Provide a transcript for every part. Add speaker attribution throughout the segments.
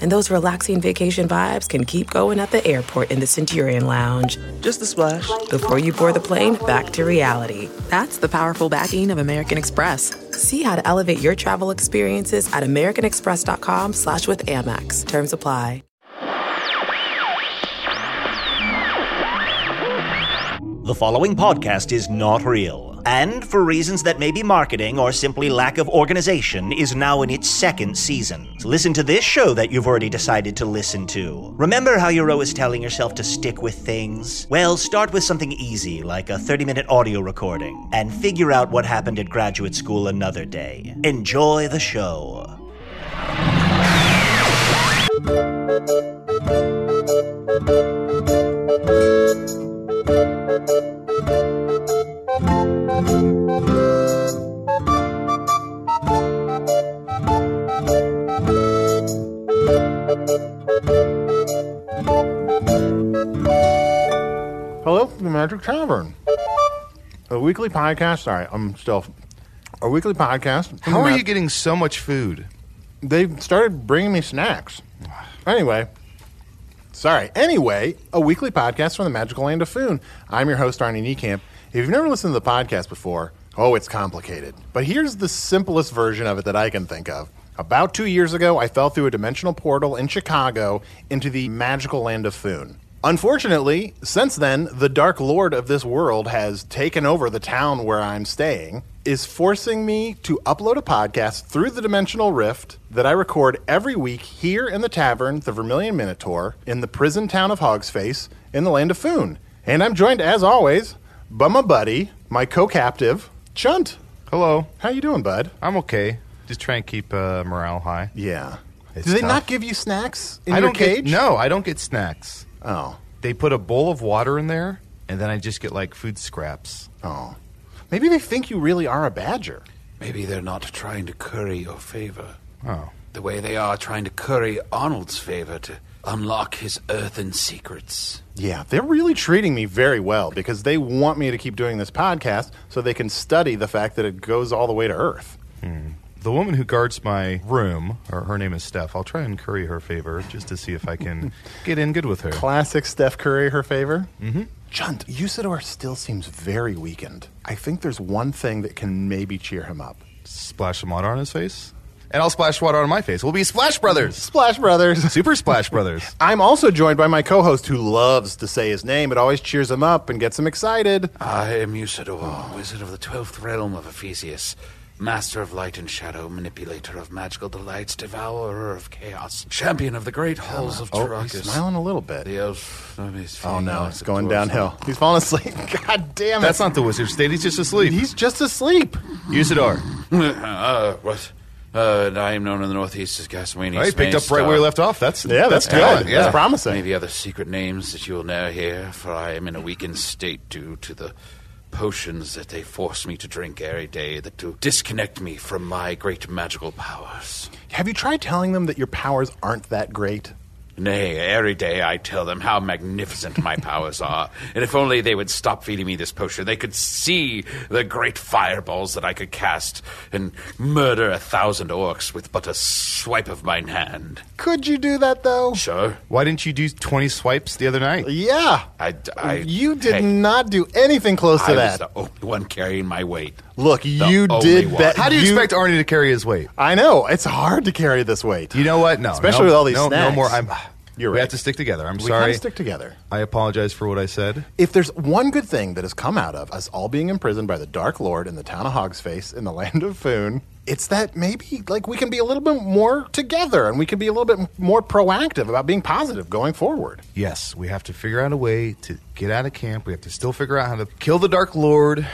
Speaker 1: And those relaxing vacation vibes can keep going at the airport in the Centurion Lounge
Speaker 2: Just a splash.
Speaker 1: before you board the plane back to reality. That's the powerful backing of American Express. See how to elevate your travel experiences at americanexpress.com slash with Amex. Terms apply.
Speaker 3: The following podcast is not real, and for reasons that may be marketing or simply lack of organization, is now in its second season. Listen to this show that you've already decided to listen to. Remember how you're always telling yourself to stick with things? Well, start with something easy, like a 30 minute audio recording, and figure out what happened at graduate school another day. Enjoy the show.
Speaker 4: Hello from the Magic Tavern, a weekly podcast. Sorry, I'm still a weekly podcast. from
Speaker 5: How
Speaker 4: the
Speaker 5: are
Speaker 4: ma-
Speaker 5: you getting so much food?
Speaker 4: They started bringing me snacks. Anyway, sorry. Anyway, a weekly podcast from the magical land of Foon. I'm your host Arnie Niekamp. If you've never listened to the podcast before, oh, it's complicated. But here's the simplest version of it that I can think of. About two years ago, I fell through a dimensional portal in Chicago into the magical land of Foon. Unfortunately, since then, the Dark Lord of this world has taken over the town where I'm staying, is forcing me to upload a podcast through the Dimensional Rift that I record every week here in the tavern, the Vermilion Minotaur, in the prison town of Hogsface, in the land of Foon. And I'm joined, as always, by my buddy, my co-captive, Chunt.
Speaker 5: Hello.
Speaker 4: How you doing, bud?
Speaker 5: I'm okay. Just try and keep uh, morale high.
Speaker 4: Yeah.
Speaker 5: It's
Speaker 4: Do they
Speaker 5: tough.
Speaker 4: not give you snacks in
Speaker 5: I
Speaker 4: your
Speaker 5: don't
Speaker 4: cage?
Speaker 5: get no. I don't get snacks.
Speaker 4: Oh.
Speaker 5: They put a bowl of water in there, and then I just get like food scraps.
Speaker 4: Oh. Maybe they think you really are a badger.
Speaker 6: Maybe they're not trying to curry your favor.
Speaker 5: Oh.
Speaker 6: The way they are trying to curry Arnold's favor to unlock his earthen secrets.
Speaker 4: Yeah, they're really treating me very well because they want me to keep doing this podcast so they can study the fact that it goes all the way to Earth.
Speaker 5: The woman who guards my room, or her name is Steph. I'll try and curry her favor just to see if I can get in good with her.
Speaker 4: Classic Steph Curry, her favor. Mm-hmm. Chunt, Usador still seems very weakened. I think there's one thing that can maybe cheer him up.
Speaker 5: Splash some water on his face, and I'll splash water on my face. We'll be Splash Brothers,
Speaker 4: Splash Brothers.
Speaker 5: Super Splash Brothers.
Speaker 4: I'm also joined by my co-host who loves to say his name. It always cheers him up and gets him excited.
Speaker 6: I am Usador, wizard of the twelfth realm of Ephesius, master of light and shadow, manipulator of magical delights, devourer of chaos, champion of the great halls of
Speaker 4: Oh, he's
Speaker 6: Tarakas.
Speaker 4: smiling a little bit.
Speaker 6: the elf. I mean, he's
Speaker 4: Oh no,
Speaker 6: feeling
Speaker 4: it's
Speaker 6: like
Speaker 4: going
Speaker 6: dwarf.
Speaker 4: downhill. He's falling asleep. God damn it.
Speaker 5: That's not the wizard state. He's just asleep.
Speaker 4: He's just asleep.
Speaker 5: Usador.
Speaker 6: uh, what? Uh, I am known in the northeast as Gaswini.
Speaker 5: I picked up right where Oh, he left off. That's
Speaker 4: Yeah, that's,
Speaker 5: talent,
Speaker 4: good.
Speaker 5: Yeah.
Speaker 4: That's promising.
Speaker 6: Maybe other secret names that you will never hear, for I am in a weakened state due to the potions that they force me to drink every day that do disconnect me from my great magical powers.
Speaker 4: Have you tried telling them that your powers aren't that great?
Speaker 6: Nay, every day I tell them how magnificent my powers are, and if only they would stop feeding me this potion, they could see the great fireballs that I could cast and murder a thousand orcs with but a swipe of mine hand.
Speaker 4: Could you do that though?
Speaker 6: Sure.
Speaker 5: Why didn't you do 20 swipes the other night?
Speaker 4: Yeah.
Speaker 6: I, I-
Speaker 4: you did
Speaker 6: hey,
Speaker 4: not do anything close to
Speaker 6: I
Speaker 4: that.
Speaker 6: was the only Oh, one carrying my weight.
Speaker 4: Look, you
Speaker 6: only
Speaker 4: did
Speaker 6: one.
Speaker 4: bet.
Speaker 5: How do you, expect Arnie to carry his weight?
Speaker 4: I know it's hard to carry this weight.
Speaker 5: You know what? No.
Speaker 4: Especially
Speaker 5: no,
Speaker 4: with all these
Speaker 5: no,
Speaker 4: snacks.
Speaker 5: No more. I'm,
Speaker 4: You're
Speaker 5: we
Speaker 4: right.
Speaker 5: have to stick together. I'm
Speaker 4: we
Speaker 5: sorry.
Speaker 4: gotta stick together.
Speaker 5: I apologize for what I said.
Speaker 4: If there's one good thing that has come out of us all being imprisoned by the Dark Lord in the town of Hogsface in the land of Foon, it's that maybe like we can be a little bit more together and we can be a little bit more proactive about being positive going forward.
Speaker 5: Yes, we have to figure out a way to get out of camp. We have to still figure out how to kill the Dark Lord.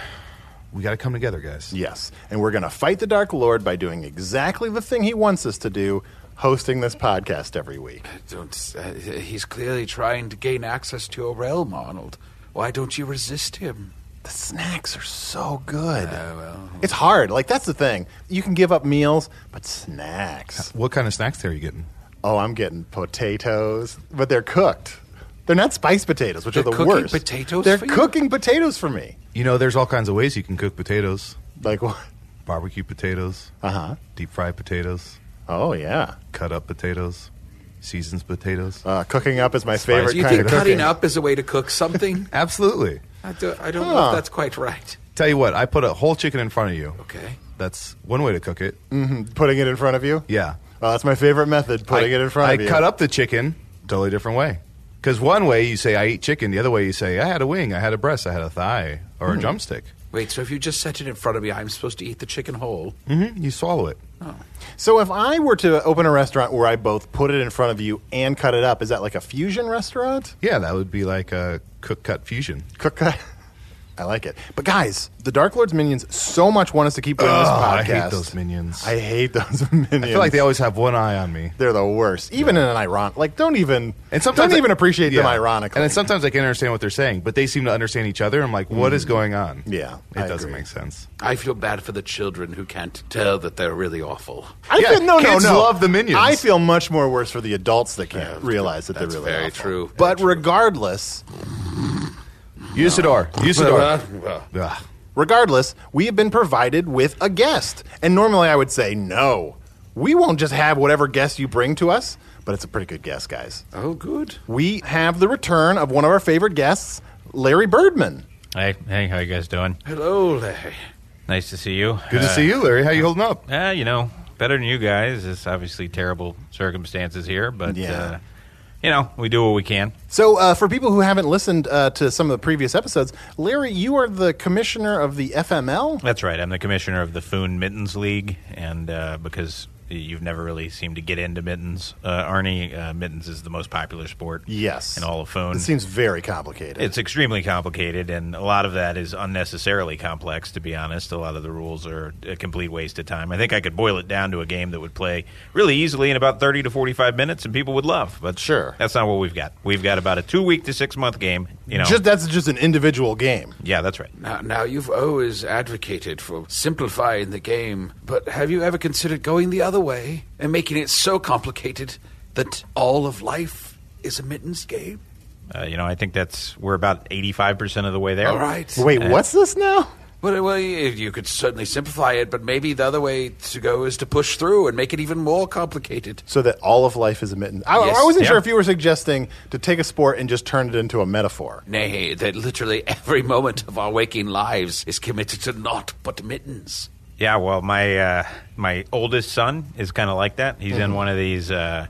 Speaker 5: We got to come together, guys.
Speaker 4: Yes, and we're gonna fight the Dark Lord by doing exactly the thing he wants us to do, hosting this podcast every week.
Speaker 6: Don't, uh, he's clearly trying to gain access to your realm, Arnold. Why don't you resist him?
Speaker 4: The snacks are so good. It's hard. Like that's the thing. You can give up meals, but snacks.
Speaker 5: What kind of snacks are you getting?
Speaker 4: Oh, I'm getting potatoes, but they're cooked. They're not spiced potatoes, which
Speaker 6: They're
Speaker 4: are the
Speaker 6: cooking
Speaker 4: worst.
Speaker 6: potatoes
Speaker 4: They're
Speaker 6: for you?
Speaker 4: cooking potatoes for me.
Speaker 5: You know, there's all kinds of ways you can cook potatoes.
Speaker 4: Like what?
Speaker 5: Barbecue potatoes.
Speaker 4: Uh-huh.
Speaker 5: Deep fried potatoes.
Speaker 4: Oh yeah.
Speaker 5: Cut up potatoes. Seasoned potatoes.
Speaker 4: Uh, cooking up is my
Speaker 6: Do
Speaker 4: favorite
Speaker 6: you
Speaker 4: kind
Speaker 6: think
Speaker 4: of
Speaker 6: cutting
Speaker 4: cooking.
Speaker 6: up is a way to cook something?
Speaker 5: Absolutely.
Speaker 6: I, do, I don't know
Speaker 4: Huh.
Speaker 6: if that's quite right.
Speaker 5: Tell you what, I put a whole chicken in front of you.
Speaker 6: Okay.
Speaker 5: That's one way to cook it.
Speaker 4: Putting it in front of you.
Speaker 5: Yeah.
Speaker 4: Oh, that's my favorite method. Putting
Speaker 5: I,
Speaker 4: it in front
Speaker 5: I
Speaker 4: of you.
Speaker 5: cut up the chicken totally different way. Because one way you say I eat chicken, the other way you say I had a wing, I had a breast, I had a thigh, or
Speaker 4: Hmm.
Speaker 5: a drumstick.
Speaker 6: Wait, so if you just set it in front of me, I'm supposed to eat the chicken whole?
Speaker 5: Mm-hmm. You swallow it.
Speaker 6: Oh,
Speaker 4: So if I were to open a restaurant where I both put it in front of you and cut it up, is that like a fusion restaurant?
Speaker 5: Yeah, that would be like a cook cut fusion.
Speaker 4: Cook cut. I like it. But guys, the Dark Lord's minions so much want us to keep doing this
Speaker 5: Ugh,
Speaker 4: podcast.
Speaker 5: I hate those minions.
Speaker 4: I hate those minions.
Speaker 5: I feel like they always have one eye on me.
Speaker 4: They're the worst. Even in an ironic, like don't even
Speaker 5: And sometimes
Speaker 4: don't
Speaker 5: I-
Speaker 4: even appreciate them
Speaker 5: Yeah.
Speaker 4: ironically.
Speaker 5: And then sometimes I can't understand what they're saying, but they seem to understand each other. I'm like, what is going on?
Speaker 4: Hmm. Yeah,
Speaker 5: It
Speaker 4: I
Speaker 5: doesn't
Speaker 4: agree.
Speaker 5: make sense.
Speaker 6: I feel bad for the children who can't tell that they're really awful.
Speaker 4: I
Speaker 5: Yeah,
Speaker 4: feel no,
Speaker 5: kids
Speaker 4: no, no.
Speaker 5: love the Minions.
Speaker 4: I feel much more worse for the adults that can't realize that
Speaker 6: that's
Speaker 4: they're really
Speaker 6: very
Speaker 4: awful.
Speaker 6: true. Very
Speaker 4: But
Speaker 6: true.
Speaker 4: regardless,
Speaker 5: Usador.
Speaker 6: uh,
Speaker 5: Usador. Ugh.
Speaker 4: regardless, we have been provided with a guest, and normally I would say no. We won't just have whatever guest you bring to us, but it's a pretty good guest, guys.
Speaker 6: Oh, good.
Speaker 4: We have the return of one of our favorite guests, Larry Birdman.
Speaker 2: Hey, hey, how you guys doing?
Speaker 6: Hello, Larry.
Speaker 2: Nice to see you.
Speaker 5: Good to see you, Larry. How you holding up?
Speaker 2: Uh, you know, better than you guys. It's obviously terrible circumstances here, but
Speaker 4: Yeah.
Speaker 2: uh, you know, we do what we can.
Speaker 4: So, uh, for people who haven't listened uh, to some of the previous episodes, Larry, you are the commissioner of the FML.
Speaker 2: That's right. I'm the commissioner of the Foon Mittens League, and uh, because you've never really seemed to get into mittens, uh, Arnie, uh, mittens is the most popular sport.
Speaker 4: Yes.
Speaker 2: in all of Foon.
Speaker 4: It seems very complicated.
Speaker 2: It's extremely complicated, and a lot of that is unnecessarily complex, to be honest. A lot of the rules are a complete waste of time. I think I could boil it down to a game that would play really easily in about 30 to 45 minutes and people would love. But
Speaker 4: Sure.
Speaker 2: That's not what we've got. We've got about a two week to six month game. You know,
Speaker 4: just that's just an individual game.
Speaker 2: yeah, that's right.
Speaker 6: Now, now, you've always advocated for simplifying the game, but have you ever considered going the other way and making it so complicated that all of life is a mittens game?
Speaker 2: Uh, you know, I think that's we're about 85% of the way there.
Speaker 6: All right.
Speaker 4: Wait, what's this now?
Speaker 6: Well, well, you you could certainly simplify it, but maybe the other way to go is to push through and make it even more complicated.
Speaker 4: So that all of life is a mitten. I,
Speaker 6: Yes.
Speaker 4: I wasn't sure
Speaker 2: Yeah.
Speaker 4: if you were suggesting to take a sport and just turn it into a metaphor.
Speaker 6: Nay, that literally every moment of our waking lives is committed to naught but mittens.
Speaker 2: Yeah, well, my uh, my oldest son is kind of like that. He's
Speaker 6: Mm-hmm.
Speaker 2: in one of these uh,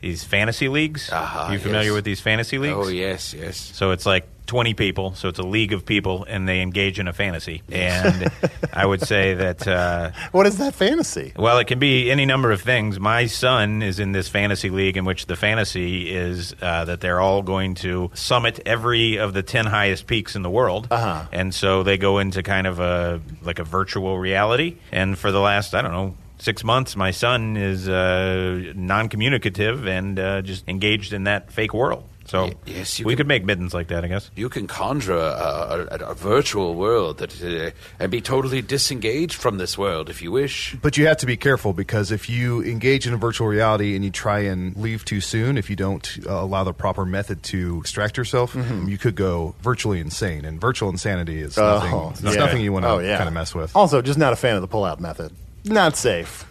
Speaker 2: these fantasy leagues.
Speaker 6: Uh-huh,
Speaker 2: you familiar
Speaker 6: yes.
Speaker 2: with these fantasy leagues?
Speaker 6: Oh, yes, yes.
Speaker 2: So it's like 20 people. So it's a league of people, and they engage in a fantasy. And I would say that, uh,
Speaker 4: What is that fantasy?
Speaker 2: well, it can be any number of things. My son is in this fantasy league in which the fantasy is uh, that they're all going to summit every of the 10 highest peaks in the world.
Speaker 4: Uh-huh.
Speaker 2: And so they go into kind of a like a virtual reality. And for the last, I don't know, Six months, my son is uh, non communicative and uh, just engaged in that fake world. So
Speaker 6: yes, you
Speaker 2: we
Speaker 6: can-
Speaker 2: could make mittens like that, I guess.
Speaker 6: You can conjure a, a, a virtual world that uh, and be totally disengaged from this world if you wish.
Speaker 5: But you have to be careful because if you engage in a virtual reality and you try and leave too soon, if you don't uh, allow the proper method to extract yourself,
Speaker 4: Mm-hmm.
Speaker 5: you could go virtually insane. And virtual insanity is nothing, it's
Speaker 4: Oh, yeah.
Speaker 5: nothing you want to
Speaker 4: Oh, yeah.
Speaker 5: kind of mess with.
Speaker 4: Also, just not a fan of the pull-out method. Not safe.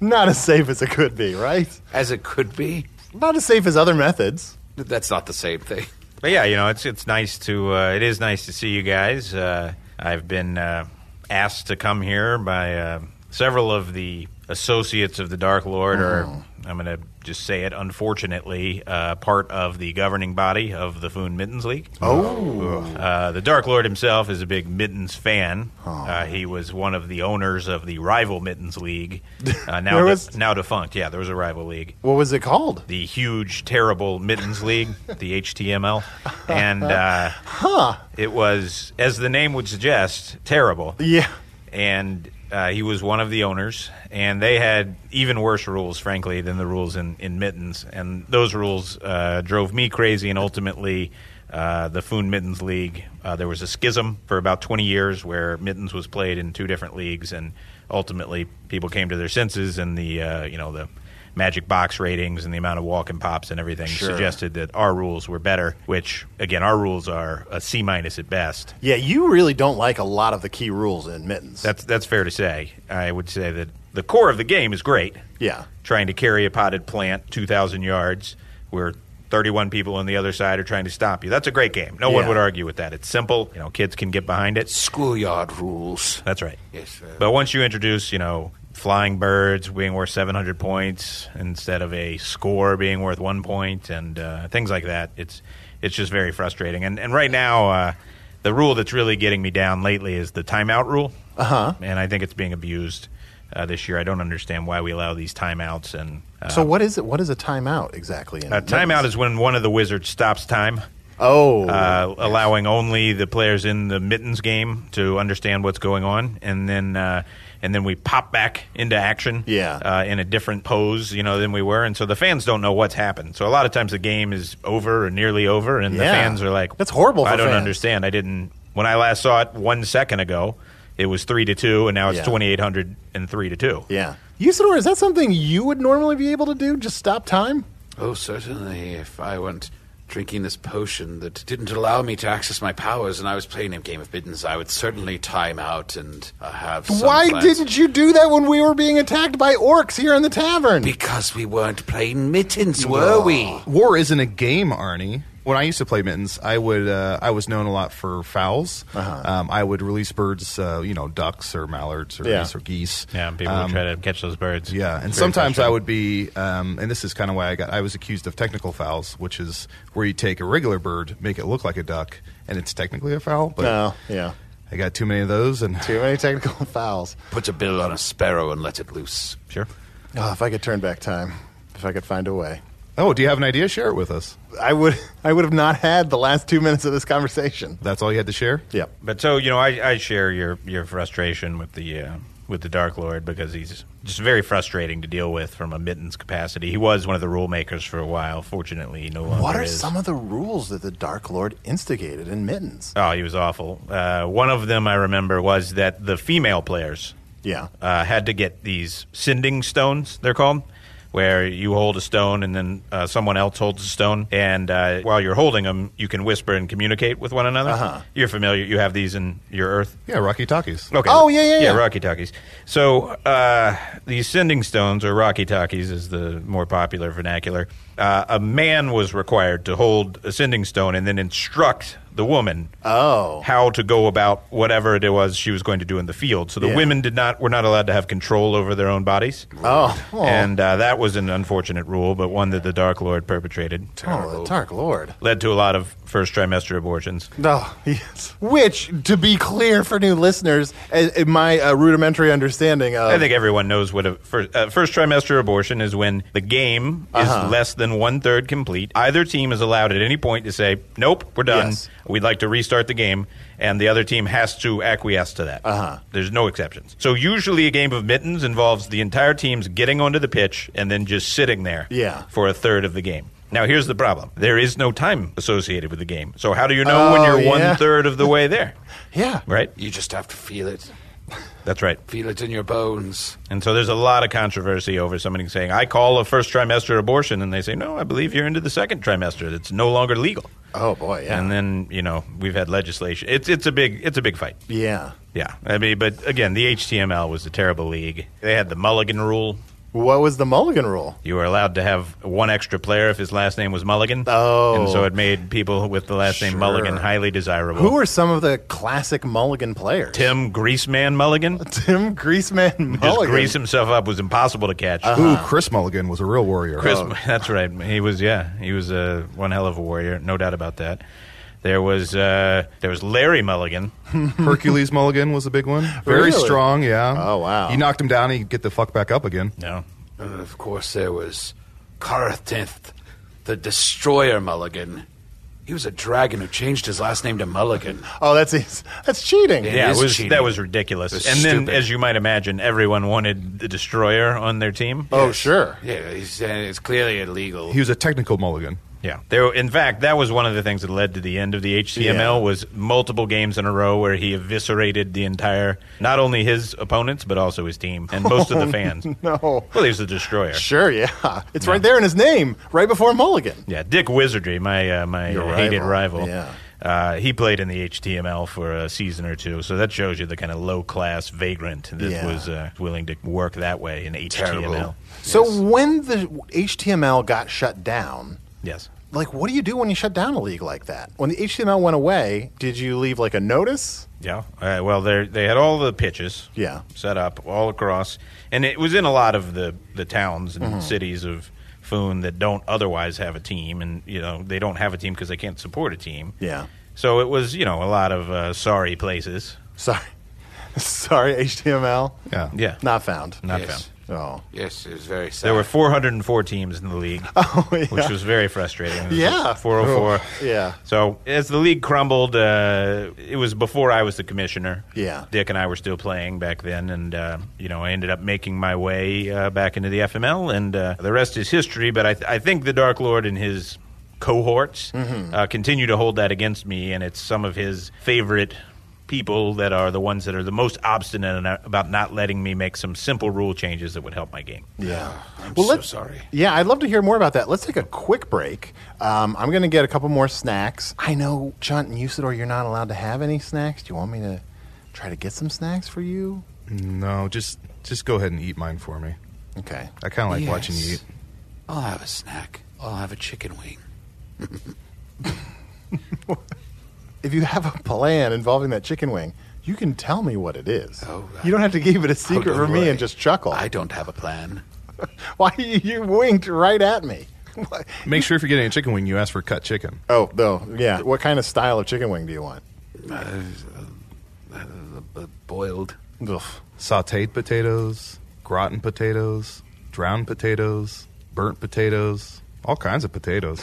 Speaker 4: Not as safe as it could be, right?
Speaker 6: As it could be.
Speaker 4: Not as safe as other methods.
Speaker 6: That's not the same thing.
Speaker 2: But yeah, you know, it's it's nice to uh, it is nice to see you guys. Uh, I've been uh, asked to come here by uh, several of the associates of the Dark Lord,
Speaker 4: Uh-huh.
Speaker 2: or I'm going to just say it, unfortunately, uh, part of the governing body of the Foon Mittens League.
Speaker 4: Oh,
Speaker 2: Uh, the Dark Lord himself is a big Mittens fan. Uh, he was one of the owners of the rival Mittens League, uh, now
Speaker 4: There
Speaker 2: de-
Speaker 4: was-
Speaker 2: now defunct. Yeah, there was a rival league
Speaker 4: what was it called?
Speaker 2: the huge, terrible Mittens League, the HTML, and uh, it was, as the name would suggest, terrible.
Speaker 4: Yeah.
Speaker 2: And uh, he was one of the owners, and they had even worse rules, frankly, than the rules in, in Mittens. And those rules uh, drove me crazy, and ultimately. Uh, the Foon Mittens League. Uh, there was a schism for about 20 years where Mittens was played in two different leagues, and ultimately people came to their senses, and the uh, you know the magic box ratings and the amount of walk and pops and everything suggested that our rules were better which again our rules are a c minus at best
Speaker 4: Yeah, you really don't like a lot of the key rules in mittens.
Speaker 2: that's that's fair to say i would say that the core of the game is great
Speaker 4: yeah.
Speaker 2: trying to carry a potted plant 2000 yards where 31 people on the other side are trying to stop you that's a great game no one
Speaker 4: Yeah.
Speaker 2: would argue with that it's simple you know kids can get behind it
Speaker 6: Schoolyard rules.
Speaker 2: That's right.
Speaker 6: Yes, uh,
Speaker 2: but once you introduce, you know, flying birds being worth 700 points instead of a score being worth one point and uh, things like that, it's it's just very frustrating. And and right now, uh, the rule that's really getting me down lately is the timeout rule. Uh huh. And I think it's being abused uh, this year. I don't understand why we allow these timeouts. And uh,
Speaker 4: So what is it? What is a timeout exactly? In
Speaker 2: a Uh, timeout
Speaker 4: mittens?
Speaker 2: is when one of the wizards stops time
Speaker 4: oh,
Speaker 2: uh, allowing only the players in the mittens game to understand what's going on, and then uh, and then we pop back into action.
Speaker 4: Yeah.
Speaker 2: uh, in a different pose, you know, than we were, and so the fans don't know what's happened. So a lot of times the game is over or nearly over, and the
Speaker 4: Yeah.
Speaker 2: fans are like,
Speaker 4: That's horrible
Speaker 2: I
Speaker 4: for
Speaker 2: don't
Speaker 4: fans."
Speaker 2: understand. I didn't when I last saw it one second ago. It was three to two, and now it's
Speaker 4: Yeah.
Speaker 2: twenty eight hundred and three to two.
Speaker 4: yeah. Usador, is that something you would normally be able to do? Just stop time?
Speaker 6: Oh, certainly. If I weren't drinking this potion that didn't allow me to access my powers and I was playing a game of biddens, I would certainly time out and uh, have some
Speaker 4: Why
Speaker 6: plans.
Speaker 4: didn't you do that when we were being attacked by orcs here in the tavern?
Speaker 6: Because we weren't playing mittens, were we?
Speaker 5: War isn't a game, Arnie. When I used to play mittens, I would uh, I was known a lot for fowls.
Speaker 4: Uh-huh.
Speaker 5: Um, I would release birds, uh, you know, ducks or mallards or
Speaker 4: Yeah.
Speaker 5: geese or geese.
Speaker 2: Yeah, and people
Speaker 5: Um,
Speaker 2: try to catch those birds.
Speaker 5: Yeah, and
Speaker 2: It's very
Speaker 5: sometimes I
Speaker 2: frustrating.
Speaker 5: would be, um, and this is kind of why I got. I was accused of technical fouls, which is where you take a regular bird, make it look like a duck, and it's technically a foul. But
Speaker 4: no, yeah.
Speaker 5: I got too many of those, and
Speaker 4: Too many technical fouls.
Speaker 6: Put a bill on a sparrow and let it loose.
Speaker 2: sure.
Speaker 5: Ah,
Speaker 4: Oh, if I could turn back time, if I could find a way.
Speaker 5: oh, do you have an idea? Share it with us.
Speaker 4: I would I would have not had the last two minutes of this conversation.
Speaker 5: That's all you had to share.
Speaker 4: Yep.
Speaker 2: But so you know, I, I share your, your frustration with the uh, with the Dark Lord because he's just very frustrating to deal with from a mittens capacity. He was one of the rule makers for a while. Fortunately, he no longer
Speaker 4: What are
Speaker 2: is.
Speaker 4: some of the rules that the Dark Lord instigated in mittens?
Speaker 2: oh, he was awful. Uh, one of them I remember was that the female players
Speaker 4: Yeah.
Speaker 2: uh, had to get these sending stones, they're called, where you hold a stone and then uh, someone else holds a stone. And uh, while you're holding them, you can whisper and communicate with one another.
Speaker 4: Uh-huh.
Speaker 2: You're familiar. You have these in your Earth.
Speaker 5: Yeah, Rocky Talkies.
Speaker 2: Okay.
Speaker 4: Oh, yeah, yeah, yeah.
Speaker 2: yeah. Rocky Talkies. So uh, these sending stones, or Rocky Talkies, is the more popular vernacular. Uh, a man was required to hold a sending stone and then instruct the woman
Speaker 4: Oh.
Speaker 2: how to go about whatever it was she was going to do in the field. So the
Speaker 4: Yeah.
Speaker 2: women did not were not allowed to have control over their own bodies.
Speaker 4: Oh. Oh,
Speaker 2: And uh, that was an unfortunate rule, but one that the Dark Lord perpetrated.
Speaker 4: oh, the Dark Lord.
Speaker 2: Led to a lot of first trimester abortions.
Speaker 4: Oh, yes. Which, to be clear for new listeners, i- in my uh, rudimentary understanding of
Speaker 2: I think everyone knows what a first, uh, first trimester abortion is when the game
Speaker 4: Uh-huh.
Speaker 2: is less than one third complete. Either team is allowed at any point to say, "Nope, we're done.
Speaker 4: Yes.
Speaker 2: We'd like to restart the game," and the other team has to acquiesce to that. Uh-huh. There's no exceptions. So usually, a game of mittens involves the entire team's getting onto the pitch and then just sitting there
Speaker 4: Yeah.
Speaker 2: for a third of the game. Now, here's the problem there is no time associated with the game. So, how do you know when
Speaker 4: Oh,
Speaker 2: you're
Speaker 4: yeah.
Speaker 2: one third of the way there?
Speaker 4: Yeah.
Speaker 2: Right?
Speaker 6: You just have to feel it.
Speaker 2: That's right.
Speaker 6: Feel it in your bones.
Speaker 2: And so there's a lot of controversy over somebody saying, I call a first trimester abortion. And they say, no, I believe you're into the second trimester. It's no longer legal.
Speaker 4: Oh boy. Yeah.
Speaker 2: And then, you know, we've had legislation. It's, it's, a big, it's a big fight.
Speaker 4: yeah.
Speaker 2: Yeah. I mean, but again, the HTML was a terrible league. They had the Mulligan rule.
Speaker 4: What was the Mulligan rule?
Speaker 2: You were allowed to have one extra player if his last name was Mulligan.
Speaker 4: Oh.
Speaker 2: And so it made people with the last name
Speaker 4: Sure.
Speaker 2: Mulligan highly desirable.
Speaker 4: Who are some of the classic Mulligan players?
Speaker 2: Tim Greaseman Mulligan?
Speaker 4: Tim Greaseman Mulligan.
Speaker 2: Just grease himself up was impossible to catch.
Speaker 4: Uh-huh.
Speaker 5: Ooh, Chris Mulligan was a real warrior.
Speaker 2: Chris,
Speaker 4: Oh.
Speaker 2: that's right. He was, yeah, he was uh, one hell of a warrior, no doubt about that. There was uh, there was Larry Mulligan.
Speaker 5: Hercules Mulligan was a big one. Very
Speaker 4: Really?
Speaker 5: strong, yeah.
Speaker 4: Oh, wow.
Speaker 5: You knocked him down, he'd get the fuck back up again.
Speaker 2: No,
Speaker 6: And Uh, of course, there was Karatinth, the Destroyer Mulligan. He was a dragon who changed his last name to Mulligan.
Speaker 4: Oh, that's that's cheating.
Speaker 6: Yeah. It
Speaker 2: yeah,
Speaker 6: is
Speaker 2: it was
Speaker 6: cheating.
Speaker 2: that was ridiculous.
Speaker 6: It's
Speaker 2: and then,
Speaker 6: stupid.
Speaker 2: as you might imagine, everyone wanted the destroyer on their team.
Speaker 4: Oh, sure.
Speaker 6: Yeah, he's, uh, it's clearly illegal.
Speaker 5: He was a technical Mulligan.
Speaker 2: Yeah, there. In fact, that was one of the things that led to the end of the HTML
Speaker 4: Yeah.
Speaker 2: was multiple games in a row where he eviscerated the entire, not only his opponents but also his team and most of the fans.
Speaker 4: Oh, No.
Speaker 2: Well, he was the destroyer.
Speaker 4: Sure. Yeah. It's right there in his name, right before Mulligan.
Speaker 2: Yeah, Dick Wizardry, my uh, my
Speaker 4: Your
Speaker 2: uh, hated
Speaker 4: rival.
Speaker 2: rival.
Speaker 4: Yeah.
Speaker 2: Uh, he played in the HTML for a season or two, so that shows you the kind of low class vagrant that
Speaker 4: Yeah.
Speaker 2: was uh, willing to work that way in HTML.
Speaker 6: Terrible.
Speaker 4: So when the HTML got shut down,
Speaker 2: Yes.
Speaker 4: like what do you do when you shut down a league like that? When the HTML went away, did you leave like a notice?
Speaker 2: Yeah. Uh, well, they they had all the pitches.
Speaker 4: Yeah.
Speaker 2: Set up all across, and it was in a lot of the the towns and
Speaker 4: Mm-hmm.
Speaker 2: cities of Foon that don't otherwise have a team, and you know they don't have a team because they can't support a team.
Speaker 4: Yeah.
Speaker 2: So it was you know a lot of uh, sorry places.
Speaker 4: Sorry. Sorry, HTML.
Speaker 5: Yeah.
Speaker 2: Yeah.
Speaker 4: Not found.
Speaker 2: Not
Speaker 6: Yes.
Speaker 2: found.
Speaker 4: Oh.
Speaker 6: Yes, it was very sad.
Speaker 2: There were 404 teams in the league,
Speaker 4: Oh, yeah.
Speaker 2: which was very frustrating. It was
Speaker 4: Yeah. Oh,
Speaker 2: 404.
Speaker 4: Yeah.
Speaker 2: So as the league crumbled, uh, it was before I was the commissioner.
Speaker 4: Yeah.
Speaker 2: Dick and I were still playing back then, and uh, you know I ended up making my way uh, back into the FML, and uh, the rest is history. But I, th- I think the Dark Lord and his
Speaker 4: Mm.
Speaker 2: cohorts
Speaker 6: Hmm.
Speaker 2: uh, continue to hold that against me, and it's some of his favorite people that are the ones that are the most obstinate and- about not letting me make some simple rule changes that would help my game.
Speaker 4: Yeah.
Speaker 6: I'm
Speaker 4: Well,
Speaker 6: so
Speaker 4: let's-
Speaker 6: sorry.
Speaker 4: Yeah, I'd love to hear more about that. Let's take a quick break. Um, I'm going to get a couple more snacks. I know, John and Usador, you're not allowed to have any snacks. Do you want me to try to get some snacks for you?
Speaker 5: No, just just go ahead and eat mine for me.
Speaker 4: Okay.
Speaker 5: I kind of like watching you
Speaker 6: Yes.
Speaker 5: eat.
Speaker 6: I'll have a snack. I'll have a chicken wing.
Speaker 4: If you have a plan involving that chicken wing, you can tell me what it is.
Speaker 6: Oh, right.
Speaker 4: you don't have to keep it a secret
Speaker 6: Oh,
Speaker 4: from
Speaker 6: don't
Speaker 4: me
Speaker 6: worry.
Speaker 4: and just chuckle.
Speaker 6: I don't have a plan.
Speaker 4: Why you, you winked right at me? What?
Speaker 5: Make sure if you're getting a chicken wing, you ask for cut chicken.
Speaker 4: oh, no. Yeah. What kind of style of chicken wing do you want?
Speaker 2: uh,
Speaker 6: Uh, boiled.
Speaker 4: Ugh.
Speaker 5: Sauteed potatoes, gratin potatoes, drowned potatoes, burnt potatoes, all kinds of potatoes.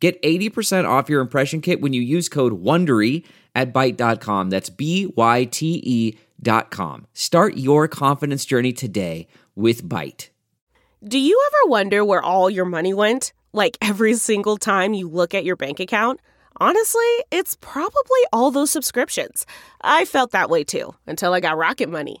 Speaker 7: Get 80% off your impression kit when you use code WONDERY at Byte.com. That's B-Y-T-E E dot com. Start your confidence journey today with Byte.
Speaker 8: Do you ever wonder where all your money went? Like every single time you look at your bank account? Honestly, it's probably all those subscriptions. I felt that way too until I got Rocket Money.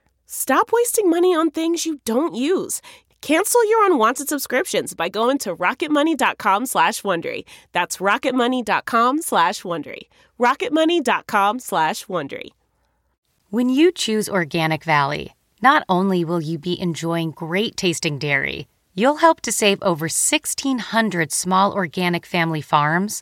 Speaker 8: Stop wasting money on things you don't use. Cancel your unwanted subscriptions by going to rocketmoney.com slash Wondery. That's rocketmoney.com slash Wondery. rocketmoney.com slash Wondery.
Speaker 9: When you choose Organic Valley, not only will you be enjoying great tasting dairy, you'll help to save over 1,600 small organic family farms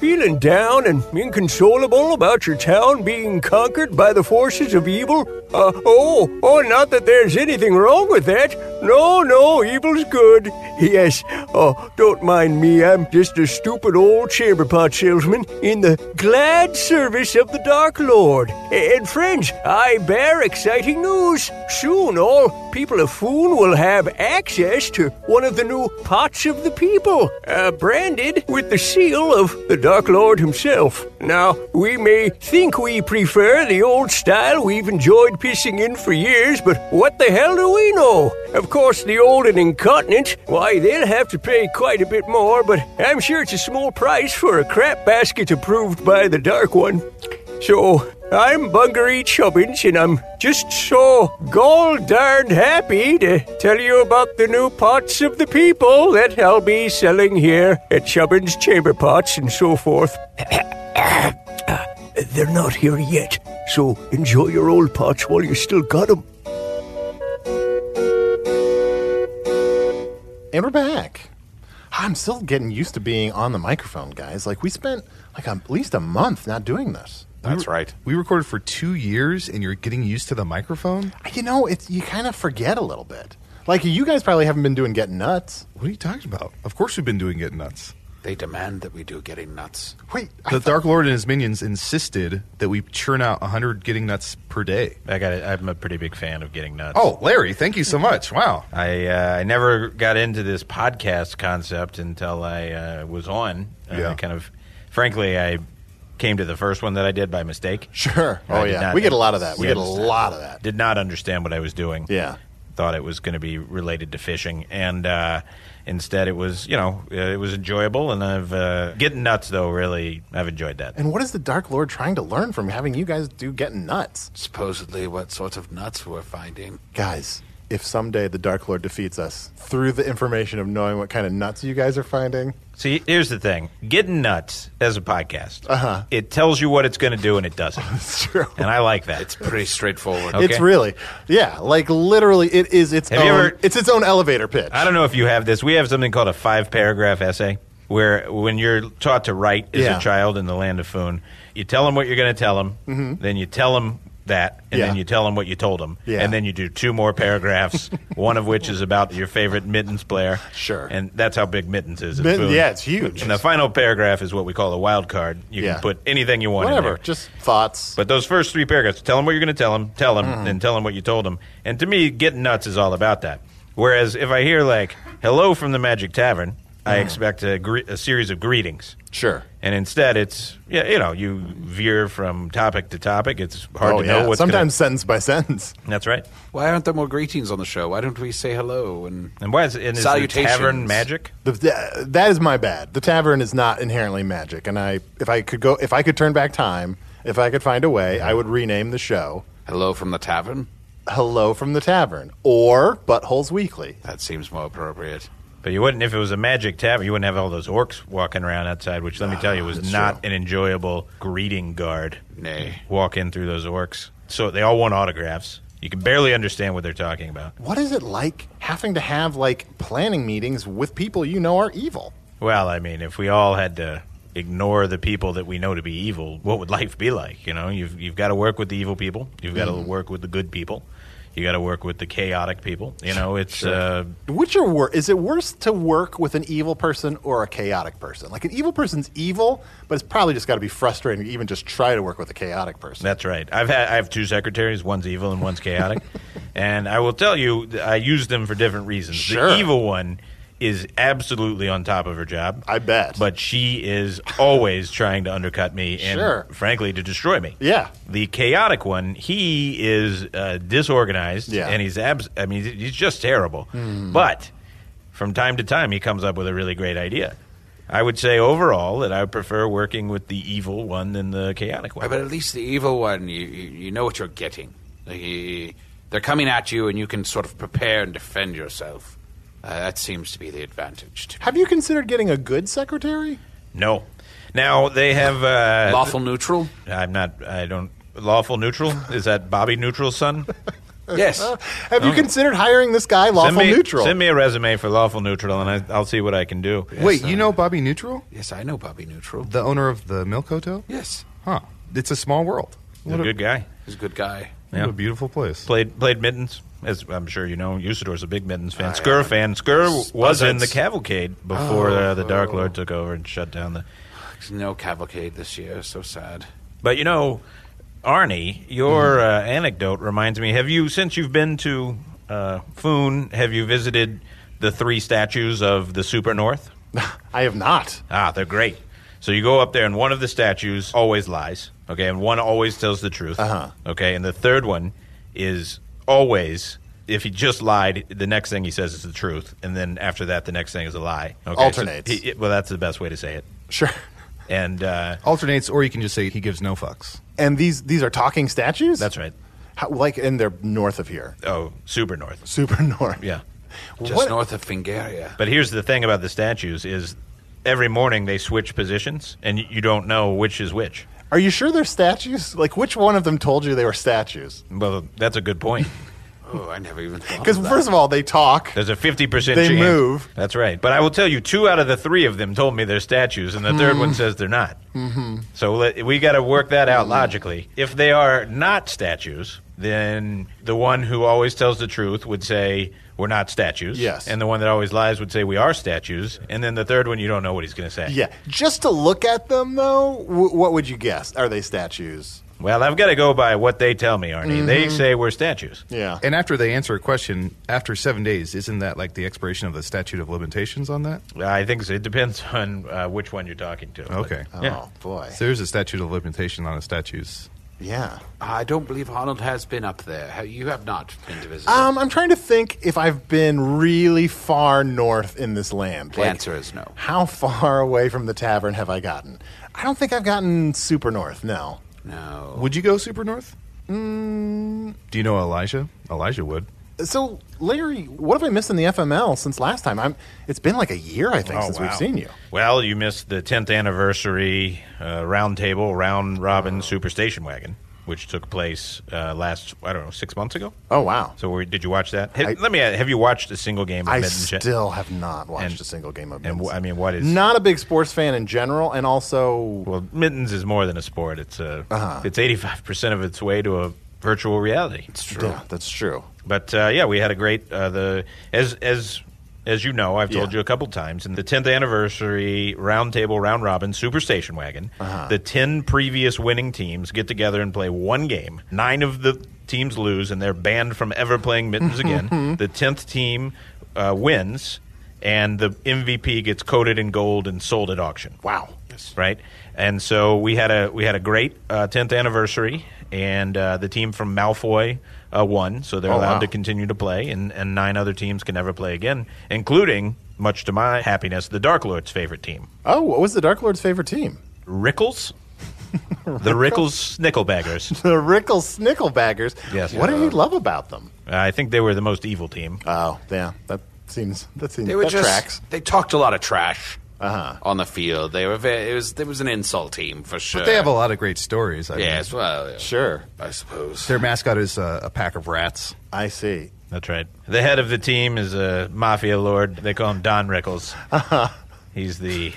Speaker 10: Feeling down and inconsolable about your town being conquered by the forces of evil? Uh, oh, oh, not that there's anything wrong with that. No, no, evil's good. Yes, oh, don't mind me. I'm just a stupid old chamber pot salesman in the glad service of the Dark Lord. And friends, I bear exciting news. Soon all people of Foon will have access to one of the new Pots of the People, uh, branded with the seal of the Dark Lord himself. Now, we may think we prefer the old style we've enjoyed pissing in for years, but what the hell do we know? Of course, the old and incontinent, why, they'll have to pay quite a bit more, but I'm sure it's a small price for a crap basket approved by the Dark One. So, I'm Bungaree Chubbins, and I'm just so gol darned happy to tell you about the new pots of the people that I'll be selling here at Chubbins Chamber Pots and so forth. They're not here yet, so enjoy your old pots while you still got 'em.
Speaker 4: And we're back. I'm still getting used to being on the microphone, guys. Like we spent like at least a month not doing this.
Speaker 6: That's right.
Speaker 5: We recorded for two years, and you're getting used to the microphone.
Speaker 4: You know, it's you kind of forget a little bit. Like you guys probably haven't been doing getting nuts.
Speaker 5: What are you talking about? Of course, we've been doing it nuts.
Speaker 6: They demand that we do getting nuts.
Speaker 4: Wait,
Speaker 5: The Dark Lord and his minions insisted that we churn out 100 getting nuts per day.
Speaker 2: I got. I'm a pretty big fan of getting nuts.
Speaker 5: Oh, Larry, thank you so much. Wow.
Speaker 2: I uh, I never got into this podcast concept until I uh, was on. Uh,
Speaker 5: Yeah.
Speaker 2: Kind of, frankly, I came to the first one that I did by mistake.
Speaker 4: Sure.
Speaker 2: I
Speaker 4: Oh
Speaker 2: did
Speaker 4: yeah,
Speaker 2: not
Speaker 4: we get a lot of that. We
Speaker 2: Yeah.
Speaker 4: get a lot of that.
Speaker 2: Did not understand what I was doing.
Speaker 4: Yeah.
Speaker 2: Thought it was going to be related to fishing, and uh, instead it was you know uh, it was enjoyable. And I've uh, getting nuts though. Really, I've enjoyed that.
Speaker 4: And what is the Dark Lord trying to learn from having you guys do getting nuts?
Speaker 6: Supposedly, what sorts of nuts we're finding.
Speaker 4: Guys, if someday the Dark Lord defeats us through the information of knowing what kind of nuts you guys are finding,
Speaker 2: See, here's the thing: getting nuts as a podcast, uh-huh. it tells you what it's going to do and it doesn't.
Speaker 4: true.
Speaker 2: And I like that.
Speaker 6: It's pretty straightforward.
Speaker 2: Okay.
Speaker 4: it's really yeah, like literally it is its
Speaker 2: Have
Speaker 4: own
Speaker 2: you ever-
Speaker 4: it's its own elevator pitch.
Speaker 2: I don't know if you have this. We have something called a five paragraph essay where when you're taught to write as
Speaker 4: Yeah.
Speaker 2: a child in the land of Foon, you tell them what you're going to tell them, then you tell them that, and
Speaker 4: Mm-hmm. Yeah.
Speaker 2: then you tell them what you told them.
Speaker 4: Yeah.
Speaker 2: And then you do two more paragraphs, one of which is about your favorite Mittens player.
Speaker 4: Sure.
Speaker 2: And that's how big Mittens is. in
Speaker 4: Mitten-
Speaker 2: Foon.
Speaker 4: yeah, it's huge.
Speaker 2: And the final paragraph is what we call a wild card. You
Speaker 4: Yeah.
Speaker 2: can put anything you want in
Speaker 4: Whatever,
Speaker 2: there.
Speaker 4: just thoughts. Mm-hmm.
Speaker 2: But those first three paragraphs, tell them what you're going to tell them, tell them, and tell them what you told them. And to me, getting nuts is all about that. Whereas if I hear like "Hello from the Magic Tavern," I expect a, gre- a series of greetings.
Speaker 4: Mm-hmm. Sure.
Speaker 2: And instead, it's yeah, you know, you veer from topic to topic. It's hard
Speaker 4: oh
Speaker 2: to
Speaker 4: yeah,
Speaker 2: know what's gonna-
Speaker 4: sometimes sentence by sentence.
Speaker 2: that's right.
Speaker 6: Why aren't there more greetings on the show? Why don't we say hello and
Speaker 2: And why is, and is the
Speaker 6: Salutations.
Speaker 2: tavern magic?
Speaker 4: The, th- that is my bad. The tavern is not inherently magic, and I if I could go if I could turn back time, if I could find a way, I would rename the show
Speaker 6: hello from the tavern?
Speaker 4: "Hello from the Tavern" or "Buttholes Weekly."
Speaker 6: That seems more appropriate.
Speaker 2: But you wouldn't if it was a magic tavern. You wouldn't have all those orcs walking around outside, which let me tell you was not an enjoyable greeting guard.
Speaker 6: Nay.
Speaker 2: walk in through those orcs. So they all want autographs. You can barely understand what they're talking about.
Speaker 4: What is it like having to have like planning meetings with people you know are evil?
Speaker 2: Well, I mean, if we all had to ignore the people that we know to be evil, what would life be like? You know, you've you've got to work with the evil people. You've got to
Speaker 6: Mm-hmm.
Speaker 2: work with the good people. You got to work with the chaotic people. You know, it's uh,
Speaker 4: Which are wor- is it worse to work with an evil person or a chaotic person? Like an evil person's evil, but it's probably just got to be frustrating to even just try to work with a chaotic person.
Speaker 2: That's right. I've had I have two secretaries. One's evil and one's chaotic, and I will tell you th- I use them for different reasons.
Speaker 4: Sure.
Speaker 2: The evil one is absolutely on top of her job.
Speaker 4: I bet.
Speaker 2: But she is always trying to undercut me and,
Speaker 4: Sure.
Speaker 2: frankly, to destroy me.
Speaker 4: Yeah.
Speaker 2: The chaotic one, he is uh, disorganized
Speaker 4: Yeah. Hmm.
Speaker 2: and he's abs- I mean, he's just terrible. But from time to time, he comes up with a really great idea. I would say overall that I prefer working with the evil one than the chaotic one.
Speaker 6: But at least the evil one, you, you you know what you're getting. They- They're coming at you, and you can sort of prepare and defend yourself. Uh, that seems to be the advantage. To
Speaker 4: Have you considered getting a good secretary?
Speaker 2: No. Now they have uh,
Speaker 6: Lawful neutral?
Speaker 2: I'm not. I don't. Lawful neutral is that Bobby Neutral's son?
Speaker 6: Yes.
Speaker 4: Have you considered hiring this guy lawful
Speaker 2: send me,
Speaker 4: neutral?
Speaker 2: Send me a resume for lawful neutral, and I, I'll see what I can do.
Speaker 5: Wait, you know Bobby Neutral,
Speaker 6: Yes, I know Bobby Neutral.
Speaker 5: the owner of the Milk Hotel?
Speaker 6: Yes.
Speaker 5: Huh. It's a small world.
Speaker 2: He's a good guy.
Speaker 6: He's a good guy.
Speaker 5: What
Speaker 2: Yeah.
Speaker 5: a beautiful place.
Speaker 2: Played played mittens, as I'm sure you know. Usador's a big mittens fan. Skur fan. Skur was in the
Speaker 6: Buzzards.
Speaker 2: cavalcade before
Speaker 5: Oh.
Speaker 2: uh, the Dark Lord took over and shut down the.
Speaker 6: Oh. There's no cavalcade this year. So sad.
Speaker 2: But you know, Arnie, your uh,
Speaker 4: Mm-hmm.
Speaker 2: anecdote reminds me. Have you, since you've been to uh, Foon, have you visited the three statues of the Super North?
Speaker 4: I have not.
Speaker 2: Ah, they're great. So you go up there, and one of the statues always lies. Okay, and one always tells the truth. Uh-huh. Okay, and the third one is always. If he just lied, the next thing he says is the truth, and then after that, the next thing is a lie. Okay, so
Speaker 4: Alternates.
Speaker 2: he- well, that's the best way to say it.
Speaker 4: Sure.
Speaker 2: And uh,
Speaker 5: Alternates, or you can just say he gives no fucks.
Speaker 4: And these these are talking statues.
Speaker 2: that's right.
Speaker 4: How, like, uh, and they're north of here,
Speaker 2: Oh, super north.
Speaker 4: super north.
Speaker 2: Yeah.
Speaker 6: Just
Speaker 4: What-
Speaker 6: north of Fingaria.
Speaker 2: But here's the thing about the statues is every morning they switch positions and y- you don't know which is which.
Speaker 4: Are you sure they're statues? Like, which one of them told you they were statues?
Speaker 2: Well, that's a good point.
Speaker 6: Oh, I never even thought
Speaker 4: Because
Speaker 6: of that.
Speaker 4: first of all, they talk.
Speaker 2: There's a 50%
Speaker 4: They
Speaker 2: chance.
Speaker 4: move.
Speaker 2: That's right. But I will tell you, two out of the three of them told me they're statues, and the
Speaker 4: Hmm.
Speaker 2: third one says they're not. Mm-hmm. So let, we got to work that out logically. If they are not statues, then the one who always tells the truth would say, We're not statues.
Speaker 4: Yes.
Speaker 2: And the one that always lies would say, We are statues. And then the third one, you don't know what he's going to say.
Speaker 4: Yeah. Just to look at them, though, w- what would you guess? Are they statues?
Speaker 2: Well, I've got to go by what they tell me, Arnie. They
Speaker 4: mm-hmm.
Speaker 2: say we're statues.
Speaker 4: Yeah.
Speaker 5: And after they answer a question, after seven days, isn't that like the expiration of the statute of limitations on that?
Speaker 2: I think so. it depends on uh, which one you're talking to. but-
Speaker 5: Okay.
Speaker 4: oh
Speaker 2: yeah.
Speaker 4: boy.
Speaker 5: So there's a statute of limitation on a statues.
Speaker 4: yeah.
Speaker 6: I don't believe Arnold has been up there. Ha- You have not been to
Speaker 5: Ah,
Speaker 6: visit.
Speaker 4: Um, I'm trying to think if I've been really far north in this land.
Speaker 6: The answer is no.
Speaker 4: How far away from the tavern have I gotten? I don't think I've gotten super north. No.
Speaker 6: no.
Speaker 5: Would you go super north? Mm. Do you know Elijah? Elijah would.
Speaker 4: So, Larry, what have I missed in the FML since last time? I'm. It's been like a year, I think,
Speaker 2: Oh,
Speaker 4: since
Speaker 2: wow.
Speaker 4: we've seen you.
Speaker 2: Well, you missed the 10th anniversary uh, round table, round robin superstation wagon, which took place uh, last, I don't know, six months ago.
Speaker 4: Oh wow.
Speaker 2: So we, did you watch that? Have,
Speaker 4: I-
Speaker 2: let me ask, have you watched a single game of
Speaker 4: I
Speaker 2: Mitten Jet?
Speaker 4: still have not watched
Speaker 2: And-
Speaker 4: a single game of
Speaker 2: And
Speaker 4: Mittens.
Speaker 2: wh- I mean, what is.
Speaker 4: not a big sports fan in general, and also
Speaker 2: Well, Mittens is more than a sport, it's, a,
Speaker 4: Uh-huh.
Speaker 2: it's 85% of its way to a virtual reality. It's true.
Speaker 4: Yeah, that's true.
Speaker 2: But uh, yeah, we had a great uh, the as as as you know, I've told
Speaker 4: Yeah.
Speaker 2: you a couple times. In the tenth anniversary roundtable round robin superstation wagon,
Speaker 4: Uh-huh.
Speaker 2: the ten previous winning teams get together and play one game. Nine of the teams lose, and they're banned from ever playing mittens
Speaker 4: Mm-hmm.
Speaker 2: again. the tenth team uh, wins, and the MVP gets coated in gold and sold at auction
Speaker 4: Wow.
Speaker 2: right? And so we had a we had a great uh, tenth anniversary, and uh, the team from Malfoy uh, won, so they're
Speaker 4: Oh,
Speaker 2: allowed
Speaker 4: wow.
Speaker 2: to continue to play, and, and nine other teams can never play again, including, much to my happiness, the Dark Lord's favorite team,
Speaker 4: Oh, what was the Dark Lord's favorite team?
Speaker 2: Rickles, the Rickles Snicklebaggers.
Speaker 4: The Rickle Snicklebaggers.
Speaker 2: Yes.
Speaker 4: What did he love about them?
Speaker 2: I think they were the most evil team.
Speaker 4: Oh, yeah. That seems that seems
Speaker 6: They were
Speaker 4: that
Speaker 6: just.
Speaker 4: tracks.
Speaker 6: They talked a lot of trash
Speaker 5: Uh-huh.
Speaker 6: on the field. They were. Very, it was. There was an insult team for sure.
Speaker 5: They have a lot of great stories. I mean,
Speaker 6: Yes. Well. yeah,
Speaker 4: Sure.
Speaker 6: I suppose.
Speaker 5: Their mascot is uh, a pack of rats.
Speaker 4: I see.
Speaker 2: That's right. The head of the team is a mafia lord. They call him Don Rickles. He's the
Speaker 4: Uh-huh.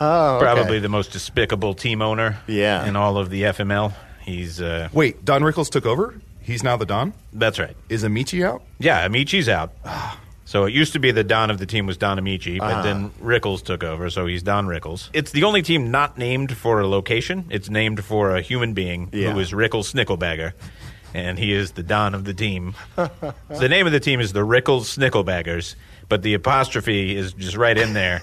Speaker 4: Oh, okay.
Speaker 2: probably the most despicable team owner
Speaker 4: Yeah.
Speaker 2: in all of the FML. He's uh,
Speaker 5: Wait, Don Rickles took over? He's now the Don?
Speaker 2: that's right.
Speaker 5: Is Amici out?
Speaker 2: Yeah, Amici's out. So it used to be the Don of the team was Don Amici, but
Speaker 4: Uh-huh.
Speaker 2: then Rickles took over, so he's Don Rickles. It's the only team not named for a location. It's named for a human being
Speaker 4: Yeah.
Speaker 2: who is Rickles Snicklebagger. and he is the don of the team. so the name of the team is the Rickles Snicklebaggers, but the apostrophe is just right in there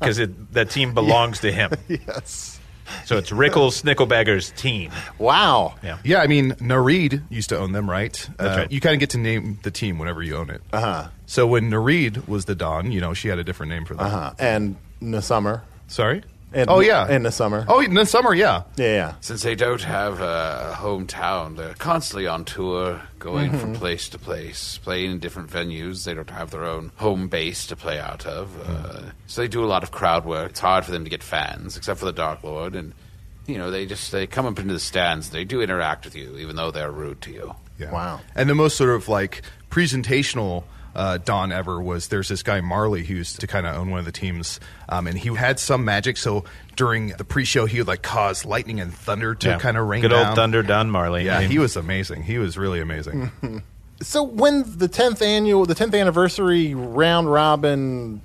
Speaker 2: because the team belongs to him.
Speaker 4: yes.
Speaker 2: So it's Rickles Snicklebaggers team.
Speaker 4: Wow.
Speaker 2: Yeah.
Speaker 5: Yeah, I mean, Nareed used to own them, right?
Speaker 2: That's
Speaker 5: Uh,
Speaker 2: right.
Speaker 5: You kind of get to name the team whenever you own it. Uh
Speaker 4: Uh-huh.
Speaker 5: huh. So when Nareed was the Don, you know, she had a different name for them.
Speaker 4: Uh, and in the summer.
Speaker 5: Sorry.
Speaker 4: And-
Speaker 5: oh yeah,
Speaker 4: in the summer.
Speaker 5: Oh, in the summer, yeah.
Speaker 4: Yeah, yeah.
Speaker 6: Since they don't have a hometown, they're constantly on tour, going
Speaker 4: Mm-hmm.
Speaker 6: from place to place, playing in different venues. They don't have their own home base to play out of.
Speaker 4: Mm-hmm.
Speaker 6: Uh, so they do a lot of crowd work. It's hard for them to get fans, except for the Dark Lord. And, you know, they just they come up into the stands and they do interact with you, even though they're rude to you.
Speaker 5: Yeah.
Speaker 4: Wow.
Speaker 5: And the most sort of like presentational uh, Don ever was there's this guy Marley who used to kind of own one of the teams, um, and he had some magic. So during the pre-show, he would like cause lightning and thunder to
Speaker 2: Yeah.
Speaker 5: kind of rain
Speaker 2: Good
Speaker 5: down.
Speaker 2: old Thunder Don Marley.
Speaker 5: Yeah,
Speaker 2: I mean,
Speaker 5: he was amazing. He was really amazing.
Speaker 4: So when the tenth annual, the tenth anniversary round robin.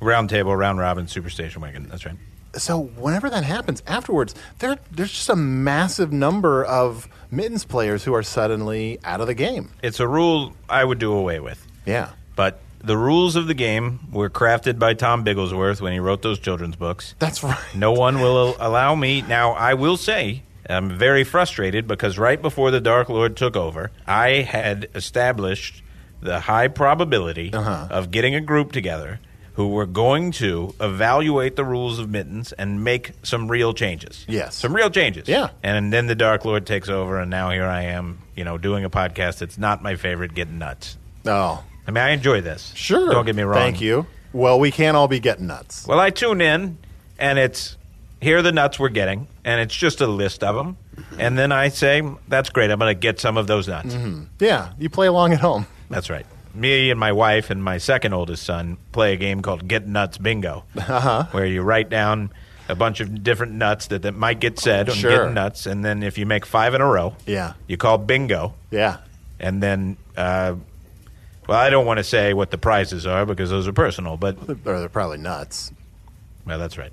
Speaker 2: round table, round robin, superstation wagon. That's right.
Speaker 4: So whenever that happens, afterwards, there there's just a massive number of mittens players who are suddenly out of the game.
Speaker 2: It's a rule I would do away with.
Speaker 4: Yeah.
Speaker 2: But the rules of the game were crafted by Tom Bigglesworth when he wrote those children's books.
Speaker 4: That's right.
Speaker 2: No one will allow me. Now, I will say I'm very frustrated because right before the Dark Lord took over, I had established the high probability
Speaker 4: Uh-huh.
Speaker 2: of getting a group together who were going to evaluate the rules of mittens and make some real changes.
Speaker 4: Yes.
Speaker 2: Some real changes.
Speaker 4: Yeah.
Speaker 2: And then the Dark Lord takes over, and now here I am, you know, doing a podcast that's not my favorite, getting nuts.
Speaker 4: Oh,
Speaker 2: I mean, I enjoy this.
Speaker 4: sure.
Speaker 2: Don't get me wrong.
Speaker 4: Thank you. Well, we can't all be getting nuts.
Speaker 2: Well, I tune in, and it's here are the nuts we're getting, and it's just a list of them. And then I say, that's great. I'm going to get some of those nuts.
Speaker 4: Mm-hmm. Yeah, you play along at home.
Speaker 2: That's right. Me and my wife and my second oldest son play a game called Get Nuts Bingo,
Speaker 4: Uh-huh.
Speaker 2: where you write down a bunch of different nuts that, that might get said on
Speaker 4: Sure.
Speaker 2: Get Nuts. And then if you make five in a row,
Speaker 4: Yeah.
Speaker 2: you call bingo.
Speaker 4: Yeah.
Speaker 2: And then, uh, well, I don't want to say what the prizes are because those are personal, but,
Speaker 4: Or they're probably nuts.
Speaker 2: well, that's right.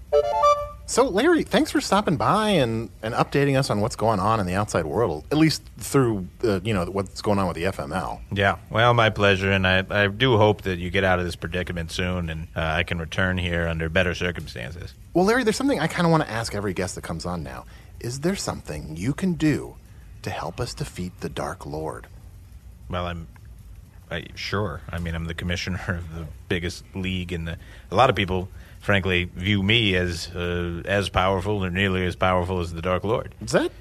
Speaker 4: So, Larry, thanks for stopping by and, and updating us on what's going on in the outside world, at least through uh, you know what's going on with the FML.
Speaker 2: Yeah, well, my pleasure, and I, I do hope that you get out of this predicament soon, and uh, I can return here under better circumstances.
Speaker 4: Well, Larry, there's something I kind of want to ask every guest that comes on now. Is there something you can do to help us defeat the Dark Lord?
Speaker 2: Well, I'm I, sure. I mean, I'm the commissioner of the biggest league, and the, a lot of people, frankly, view me as uh, as powerful or nearly as powerful as the Dark Lord.
Speaker 4: Is that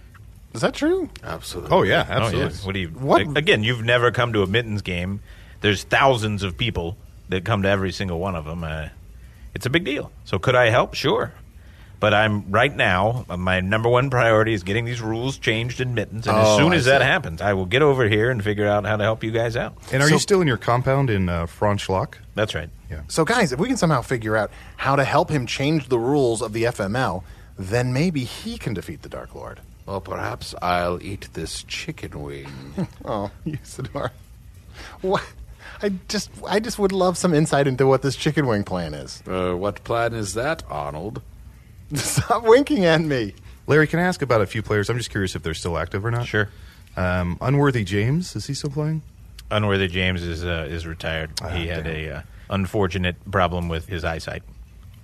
Speaker 4: is that true?
Speaker 6: Absolutely.
Speaker 5: oh yeah, absolutely.
Speaker 2: Oh, yeah. What do you?
Speaker 4: What-
Speaker 2: a- Again, you've never come to a mittens game. There's thousands of people that come to every single one of them. Uh, it's a big deal. So could I help? Sure. But I'm right now. uh, My number one priority is getting these rules changed in mittens, and
Speaker 4: Oh,
Speaker 2: as soon
Speaker 4: I
Speaker 2: as that
Speaker 4: see.
Speaker 2: happens, I will get over here and figure out how to help you guys out.
Speaker 5: And are
Speaker 4: So-
Speaker 5: you still in your compound in uh, Franschlock?
Speaker 2: That's right.
Speaker 5: Yeah.
Speaker 4: So, guys, if we can somehow figure out how to help him change the rules of the FML, then maybe he can defeat the Dark Lord.
Speaker 6: Well, perhaps I'll eat this chicken wing.
Speaker 4: Oh, Usador. What? I just, I just would love some insight into what this chicken wing plan is.
Speaker 6: uh, what plan is that, Arnold?
Speaker 4: Stop winking at me.
Speaker 5: Larry, can I ask about a few players? I'm just curious if they're still active or not.
Speaker 2: Sure.
Speaker 5: Um, Unworthy James, is he still playing?
Speaker 2: Unworthy James is uh, is retired.
Speaker 4: Ah,
Speaker 2: he had
Speaker 5: damn.
Speaker 2: a uh, unfortunate problem with his eyesight.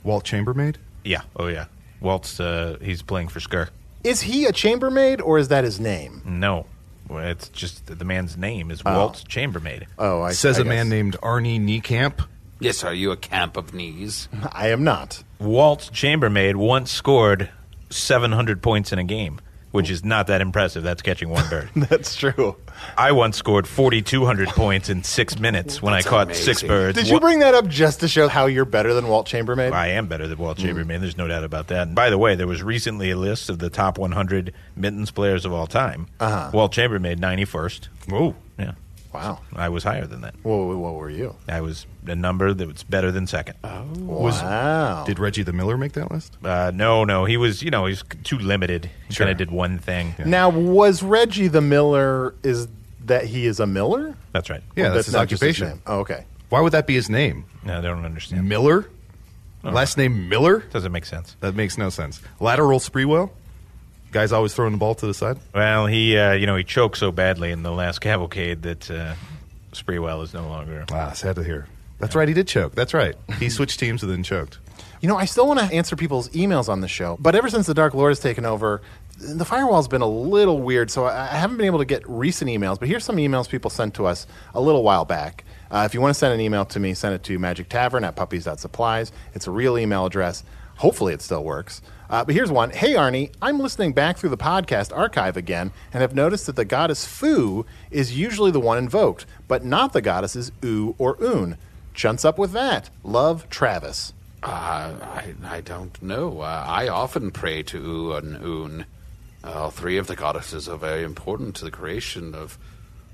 Speaker 5: Walt Chambermaid?
Speaker 2: Yeah. Oh yeah. Walt's uh, he's playing for Skur.
Speaker 4: Is he a chambermaid or is that his name?
Speaker 2: No, well, it's just that the man's name is Walt's chambermaid.
Speaker 4: Oh, I
Speaker 5: Says
Speaker 4: a
Speaker 5: a man named Arnie Niekamp.
Speaker 6: Yes, are you a camp of knees?
Speaker 4: I am not.
Speaker 2: Walt's chambermaid once scored 700 points in a game, which is not that impressive. That's catching one bird.
Speaker 4: That's true.
Speaker 2: I once scored 4,200 points in six minutes when I
Speaker 6: That's
Speaker 2: caught six
Speaker 6: amazing.
Speaker 2: birds.
Speaker 4: Did you
Speaker 2: Wa-
Speaker 4: bring that up just to show how you're better than Walt Chambermaid?
Speaker 2: I am better than
Speaker 6: Hmm.
Speaker 2: Walt Chambermaid. There's no doubt about that. And by the way, there was recently a list of the top 100 mittens players of all time. Uh-huh. Walt Chambermaid, 91st.
Speaker 5: Whoa.
Speaker 2: Yeah,
Speaker 4: Wow.
Speaker 2: I was higher than that.
Speaker 4: Whoa, whoa, what were you? Uh,
Speaker 2: I was a number that was better than second.
Speaker 4: Oh. wow.
Speaker 5: Did Reggie the Miller make that list?
Speaker 2: Uh, no, no, he was, you know, he's too limited. He
Speaker 5: Sure.
Speaker 2: kind of did one thing.
Speaker 4: now, was Reggie the Miller? Is that he is a Miller?
Speaker 2: That's right.
Speaker 5: Yeah, that's, his
Speaker 4: not just
Speaker 5: occupation.
Speaker 4: name. Oh, okay.
Speaker 5: Why would that be his name?
Speaker 2: No, I don't understand. Oh.
Speaker 5: Miller? Last name Miller?
Speaker 2: Doesn't make sense.
Speaker 5: That makes no sense. Lateral Spreewell? Guy's always throwing the ball to the side.
Speaker 2: Well, he uh, you know he choked so badly in the last cavalcade that uh, Spreewell is no longer.
Speaker 5: Ah, sad to hear. That's right. He did choke. That's right. He switched teams and then choked.
Speaker 4: You know, I still want to answer people's emails on the show, but ever since the Dark Lord has taken over, the firewall's been a little weird, so I I haven't been able to get recent emails. But here's some emails people sent to us a little while back. Uh, if you want to send an email to me, send it to magic tavern at puppies.supplies. It's a real email address. Hopefully, it still works. Uh, but here's one. Hey, Arnie, I'm listening back through the podcast archive again and have noticed that the goddess Fu is usually the one invoked, but not the goddesses Oo or Oon. Chunts up with that. Love, Travis.
Speaker 6: Uh, I, I don't know. Uh, I often pray to U and Un. All three of the goddesses are very important to the creation of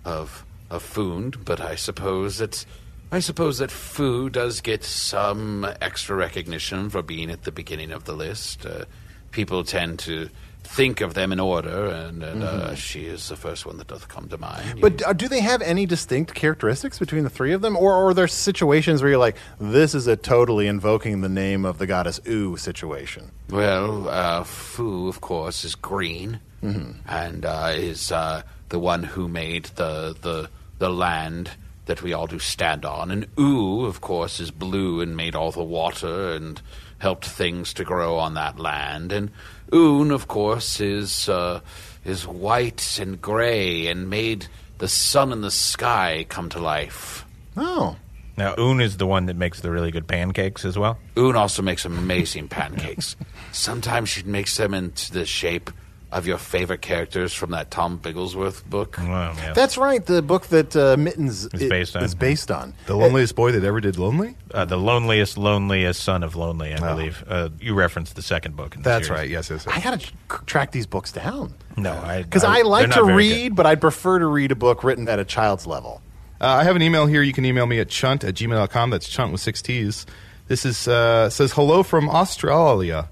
Speaker 6: of of Fund, but I suppose that I suppose that Fu does get some extra recognition for being at the beginning of the list. Uh, people tend to think of them in order, and, and uh,
Speaker 4: Mhm.
Speaker 6: she is the first one that doth come to mind.
Speaker 4: But uh, do they have any distinct characteristics between the three of them, or, or are there situations where you're like, this is a totally invoking the name of the goddess Ooh situation?
Speaker 6: Well, uh, Fu, of course, is green,
Speaker 4: Mhm.
Speaker 6: and uh, is uh, the one who made the the the land that we all do stand on. And U, of course, is blue and made all the water and helped things to grow on that land. And Un, of course, is uh, is white and gray and made the sun and the sky come to life.
Speaker 4: Oh.
Speaker 2: Now, Un is the one that makes the really good pancakes as well.
Speaker 6: Un also makes amazing pancakes. Sometimes she makes them into the shape of your favorite characters from that Tom Bigglesworth book.
Speaker 4: That's right, the book that uh, Mittens
Speaker 2: It's
Speaker 4: i-
Speaker 2: based on.
Speaker 4: is based on. Uh,
Speaker 5: The loneliest boy that ever did lonely.
Speaker 2: Uh, the loneliest, loneliest son of lonely, I believe. Uh, you referenced the second book. In the
Speaker 4: That's
Speaker 2: series.
Speaker 4: right,
Speaker 5: Yes, yes.
Speaker 4: I gotta tr- track these books down
Speaker 2: No, I
Speaker 4: because I,
Speaker 2: they're
Speaker 4: like
Speaker 2: not
Speaker 4: to
Speaker 2: very
Speaker 4: read, but I'd prefer to read a book written at a child's level.
Speaker 5: Uh, I have an email here. You can email me at chunt at gmail.com. That's chunt with six T's. This is uh, says hello from Australia.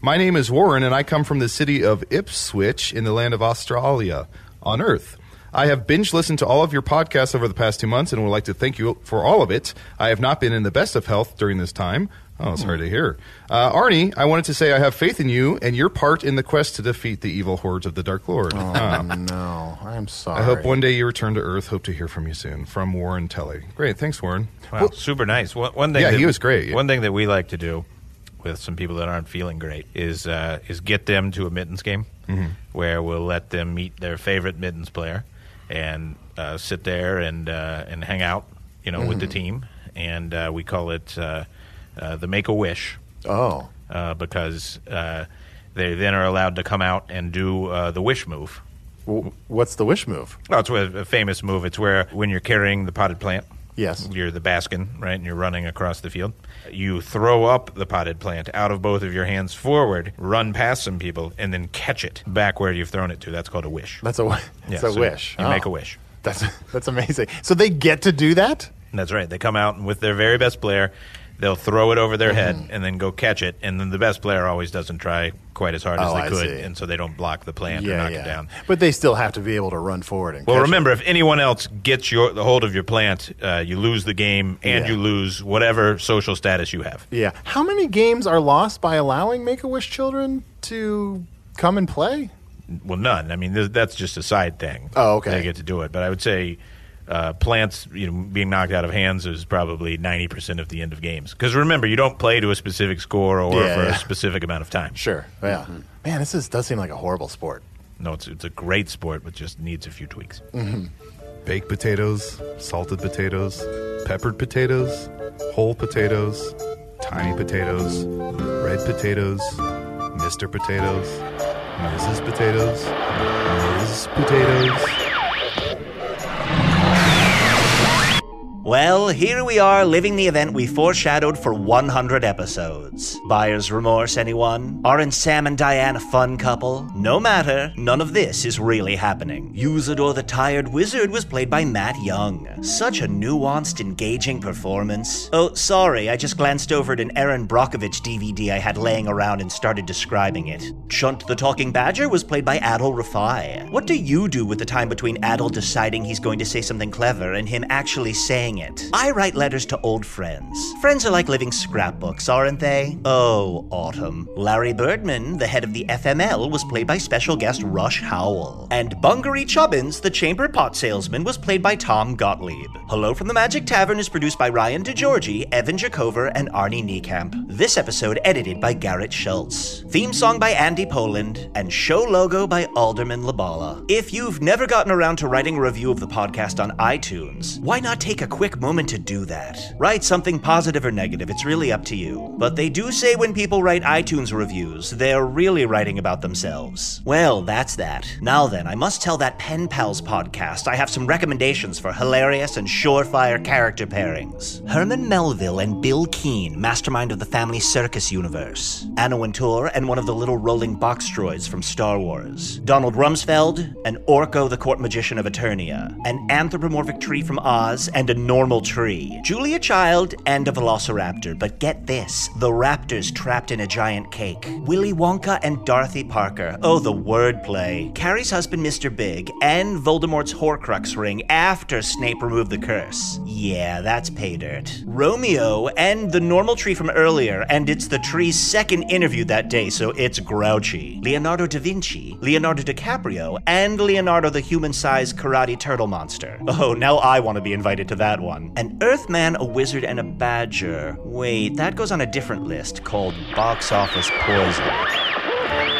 Speaker 5: My name is Warren, and I come from the city of Ipswich in the land of Australia on Earth. I have binge listened to all of your podcasts over the past two months and would like to thank you for all of it. I have not been in the best of health during this time. Oh, sorry to hear. Uh, Arnie, I wanted to say I have faith in you and your part in the quest to defeat the evil hordes of the Dark Lord.
Speaker 4: Oh,
Speaker 5: Ah.
Speaker 4: no. I'm sorry.
Speaker 5: I hope one day you return to Earth. Hope to hear from you soon. From Warren Telly. Great. Thanks, Warren.
Speaker 2: Wow, super nice. One, one thing
Speaker 5: Yeah,
Speaker 2: that,
Speaker 5: he was great, yeah.
Speaker 2: One thing that we like to do with some people that aren't feeling great is uh, is get them to a mittens game
Speaker 5: Mhm.
Speaker 2: where we'll let them meet their favorite mittens player and uh, sit there and uh, and hang out, you know, with the
Speaker 5: Mm-hmm.
Speaker 4: Mhm.
Speaker 2: team, and uh, we call it uh, uh, the Make a Wish.
Speaker 4: Oh,
Speaker 2: uh, because uh, they then are allowed to come out and do uh, the wish move.
Speaker 4: W- what's the wish move?
Speaker 2: Well, it's a a famous move. It's where when you're carrying the potted plant,
Speaker 4: Yes.
Speaker 2: you're the Baskin, right, and you're running across the field. You throw up the potted plant out of both of your hands forward, run past some people, and then catch it back where you've thrown it to. That's called a wish.
Speaker 4: That's a, wi-
Speaker 2: Yeah,
Speaker 4: it's a
Speaker 2: so
Speaker 4: wish.
Speaker 2: You make
Speaker 4: Oh.
Speaker 2: a wish.
Speaker 4: That's, that's amazing. So they get to do that?
Speaker 2: That's right. They come out and with their very best player. They'll throw it over their head
Speaker 4: Mm-hmm.
Speaker 2: and then go catch it, and then the best player always doesn't try quite as hard
Speaker 4: Oh,
Speaker 2: as they
Speaker 4: I
Speaker 2: could,
Speaker 4: see.
Speaker 2: and so they don't block the plant or
Speaker 4: yeah,
Speaker 2: knock
Speaker 4: yeah.
Speaker 2: it down.
Speaker 4: But they still have to be able to run forward and
Speaker 2: Well,
Speaker 4: catch it.
Speaker 2: remember, if anyone else gets your the hold of your plant, uh, you lose the game and
Speaker 4: Yeah.
Speaker 2: you lose whatever social status you have.
Speaker 4: Yeah. How many games are lost by allowing Make a Wish children to come and play?
Speaker 2: Well, none. I mean, th- that's just a side thing.
Speaker 4: Oh, okay.
Speaker 2: They get to do it, but I would say uh, plants you know, being knocked out of hands is probably ninety percent of the end of games. Because remember, you don't play to a specific score or
Speaker 4: Yeah,
Speaker 2: for
Speaker 4: yeah.
Speaker 2: a specific amount of time.
Speaker 4: Sure. Yeah. Man, this is, does seem like a horrible sport.
Speaker 2: No, it's it's a great sport, but just needs a few tweaks.
Speaker 5: Baked potatoes, salted potatoes, peppered potatoes, whole potatoes, tiny potatoes, red potatoes, Mr. Potatoes, Mrs. Potatoes, Ms. Potatoes.
Speaker 3: Well, here we are living the event we foreshadowed for 100 episodes. Buyer's remorse, anyone? Aren't Sam and Diane a fun couple? No matter, none of this is really happening. Usador the Tired Wizard was played by Matt Young. Such a nuanced, engaging performance. Oh, sorry, I just glanced over at an Aaron Brockovich DVD I had laying around and started describing it. Chunt the Talking Badger was played by Adil Rafai. What do you do with the time between Adil deciding he's going to say something clever and him actually saying it? it. I write letters to old friends. Friends are like living scrapbooks, aren't they? Oh, autumn. Larry Birdman, the head of the FML, was played by special guest Rush Howell. And Bungaree Chubbins, the chamber pot salesman, was played by Tom Gottlieb. Hello from the Magic Tavern is produced by Ryan DeGiorgi, Evan Jacover, and Arnie Niekamp. This episode edited by Garrett Schultz. Theme song by Andy Poland, and show logo by Alderman Labala. If you've never gotten around to writing a review of the podcast on iTunes, why not take a quick moment to do that? Write something positive or negative, it's really up to you. But they do say when people write iTunes reviews, they're really writing about themselves. Well, that's that. Now then, I must tell that Pen Pals podcast I have some recommendations for hilarious and surefire character pairings. Herman Melville and Bill Keane, mastermind of the family circus universe. Anna Wintour and one of the little rolling box droids from Star Wars. Donald Rumsfeld and Orko the court magician of Eternia. An anthropomorphic tree from Oz and a normal tree. Julia Child and a velociraptor. But get this the raptor's trapped in a giant cake. Willy Wonka and Dorothy Parker. Oh, the wordplay. Carrie's husband, Mr. Big, and Voldemort's Horcrux ring after Snape removed the curse. Yeah, that's pay dirt. Romeo and the normal tree from earlier, and it's the tree's second interview that day, so it's grouchy. Leonardo da Vinci, Leonardo DiCaprio, and Leonardo the human sized karate turtle monster. Oh, now I want to be invited to that one. An Earthman, a wizard, and a badger. Wait, that goes on a different list called Box Office Poison.